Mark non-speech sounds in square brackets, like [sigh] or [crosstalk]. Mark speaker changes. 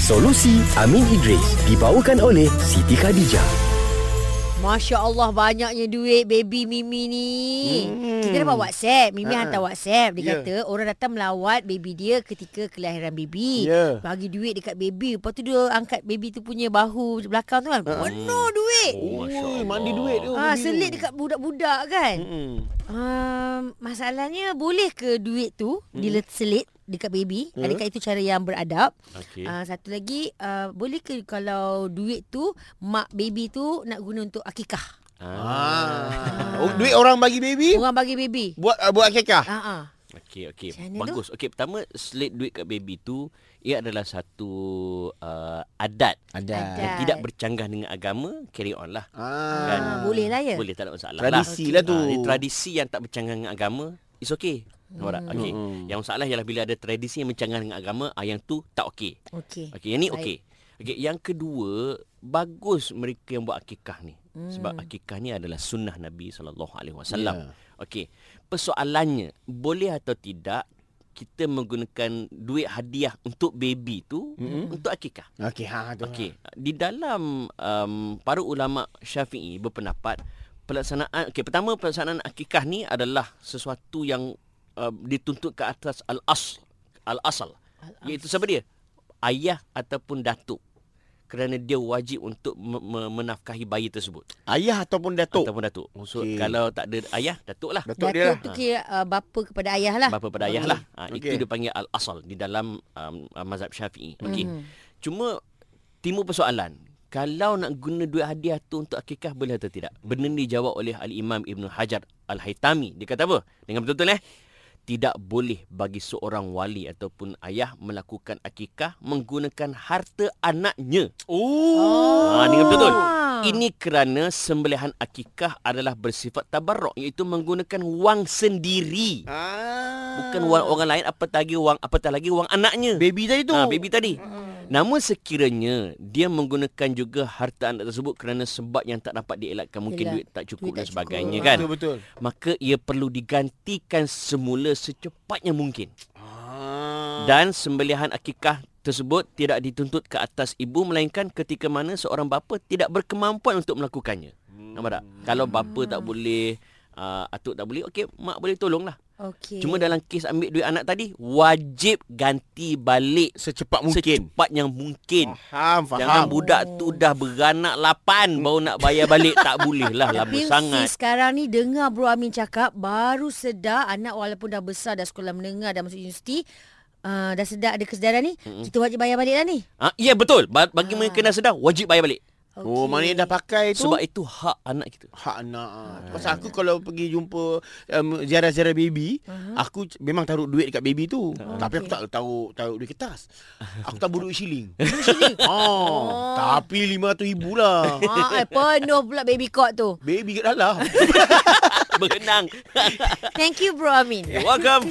Speaker 1: Solusi Amin Idris dibawakan oleh Siti Khadijah.
Speaker 2: Masya Allah banyaknya duit baby Mimi ni. Hmm. Kita dapat WhatsApp. Mimi
Speaker 3: Ha-ha.
Speaker 2: hantar WhatsApp. Dia
Speaker 3: Ya.
Speaker 2: yeah. kata orang datang melawat baby dia ketika kelahiran baby.
Speaker 3: Ya.
Speaker 2: Bagi duit dekat baby. Lepas tu dia angkat baby tu punya bahu belakang tu kan. Penuh duit.
Speaker 3: Oh, Ui, mandi duit tu.
Speaker 2: Ah, selit dekat budak-budak kan.
Speaker 3: Hmm.
Speaker 2: Um, masalahnya boleh ke duit tu hmm. diselit dekat baby? Hmm. Adakah itu cara yang beradab?
Speaker 3: Ya. Okey.
Speaker 2: Uh, satu lagi, uh, boleh ke kalau duit tu mak baby tu nak guna untuk akikah?
Speaker 3: Ah. Oh, duit orang
Speaker 4: Eh.
Speaker 3: bagi baby
Speaker 2: Orang bagi baby.
Speaker 3: buat uh, buat kekah.
Speaker 2: Ah ah.
Speaker 4: Okey okey.
Speaker 2: Macam mana
Speaker 4: Bagus. Okey, pertama slate duit kat baby tu ia adalah satu uh, adat
Speaker 2: Ada.
Speaker 4: yang Eh, tidak bercanggah dengan agama, carry on lah.
Speaker 3: Ah.
Speaker 4: Kan?
Speaker 2: Ah, boleh lah ya.
Speaker 4: Boleh tak ada masalah
Speaker 3: Tradisi
Speaker 4: lah.
Speaker 3: lah tu.
Speaker 4: Ah, dia tradisi yang tak bercanggah dengan agama, it's okay. Nampak tak?
Speaker 2: Hmm.
Speaker 4: Okey.
Speaker 3: Hmm.
Speaker 4: Ya. Yang masalah ialah bila ada tradisi yang bercanggah dengan agama, ah, yang tu tak okey.
Speaker 2: Okey.
Speaker 4: Okey, yang ni
Speaker 2: Baik.
Speaker 4: okey. Okey, yang kedua, bagus mereka yang buat akikah ni. Hmm. Sebab akikah ni adalah sunnah Nabi sallallahu alaihi wasallam. Okey. Persoalannya, boleh atau tidak kita menggunakan duit hadiah untuk baby tu hmm. untuk akikah?
Speaker 3: Okey, ha tu.
Speaker 4: Okey, di dalam um, para ulama Syafi'i berpendapat pelaksanaan okey pertama pelaksanaan akikah ni adalah sesuatu yang uh, dituntut ke atas al-asl al-asal iaitu siapa dia? Ayah ataupun datuk. Kerana dia wajib untuk me- me- menafkahi bayi tersebut
Speaker 3: Ayah ataupun datuk.
Speaker 4: ataupun datuk. So
Speaker 3: Okey.
Speaker 4: okay. kalau tak ada ayah, datuk lah.
Speaker 3: Datuk,
Speaker 2: Datuk
Speaker 3: dia lah.
Speaker 2: tu kira uh, bapa kepada ayah lah.
Speaker 4: Bapa pada ayah lah. Ha,
Speaker 3: Okey.
Speaker 4: okay. Itu dia panggil al-asal di dalam um, uh, mazhab syafi'i. Okey.
Speaker 3: Mhm.
Speaker 4: Mm. Cuma timbul persoalan. Kalau nak guna duit hadiah tu untuk akikah boleh atau tidak? Benda ni dijawab oleh Al-Imam Ibn Hajar Al-Haytami. Dia kata apa? Dengan betul-betul eh. Tidak boleh bagi seorang wali ataupun ayah melakukan akikah menggunakan harta anaknya.
Speaker 2: Mhm.
Speaker 3: Oh.
Speaker 4: Ha, dengan betul-betul.
Speaker 2: Ah.
Speaker 4: Ini kerana sembelihan akikah adalah bersifat tabarruk iaitu menggunakan wang sendiri.
Speaker 3: Ah.
Speaker 4: Bukan wang orang lain apatah lagi wang apatah lagi wang anaknya.
Speaker 3: baby tadi tu.
Speaker 4: Ha, baby tadi. Namun sekiranya dia menggunakan juga harta anak tersebut kerana sebab yang tak dapat dielakkan mungkin
Speaker 2: Yelah,
Speaker 4: duit tak
Speaker 2: duit
Speaker 4: cukup dan
Speaker 2: tak
Speaker 4: sebagainya
Speaker 2: cukup.
Speaker 4: kan.
Speaker 3: Betul betul.
Speaker 4: Maka ia perlu digantikan semula secepatnya mungkin.
Speaker 3: Ah.
Speaker 4: Dan sembelihan akikah tersebut tidak dituntut ke atas ibu melainkan ketika mana seorang bapa tidak berkemampuan untuk melakukannya.
Speaker 3: Ah.
Speaker 4: Nampak tak? Kalau bapa tak boleh, uh, atuk tak boleh, okey mak boleh tolonglah.
Speaker 2: Okey.
Speaker 4: Cuma dalam kes ambil duit anak tadi wajib ganti balik
Speaker 3: Secepat mungkin.
Speaker 4: secepat yang mungkin.
Speaker 3: Faham,
Speaker 4: Jangan
Speaker 3: faham.
Speaker 4: budak tu dah beranak lapan baru nak bayar balik tak boleh lah lama
Speaker 2: Tapi
Speaker 4: sangat.
Speaker 2: Si sekarang ni dengar Bro Amin cakap baru sedar anak walaupun dah besar dah sekolah menengah dah masuk universiti uh, dah sedar ada kesedaran ni mm-hmm. kita wajib bayar balik lah ni.
Speaker 4: Ha, ya betul. Ba- Bagi mereka kena sedar wajib bayar balik.
Speaker 3: Oh, maknanya dah pakai tu.
Speaker 4: Sebab Ah. itu hak anak kita.
Speaker 3: hak anak. Ha. Pasal aku kalau pergi jumpa um, ziarah-ziarah baby, aku c- memang taruh duit dekat baby tu. Tapi aku tak taruh taruh duit kertas. Aku taruh [laughs] duit shilling. shilling. Ha. Oh. Tapi 500 ribu [laughs] lah.
Speaker 2: Ha, eh, penuh pula baby cot
Speaker 4: [laughs]
Speaker 2: tu.
Speaker 3: baby kat dalam.
Speaker 4: Berenang. [laughs]
Speaker 2: Thank you Bro Amin.
Speaker 4: You're welcome.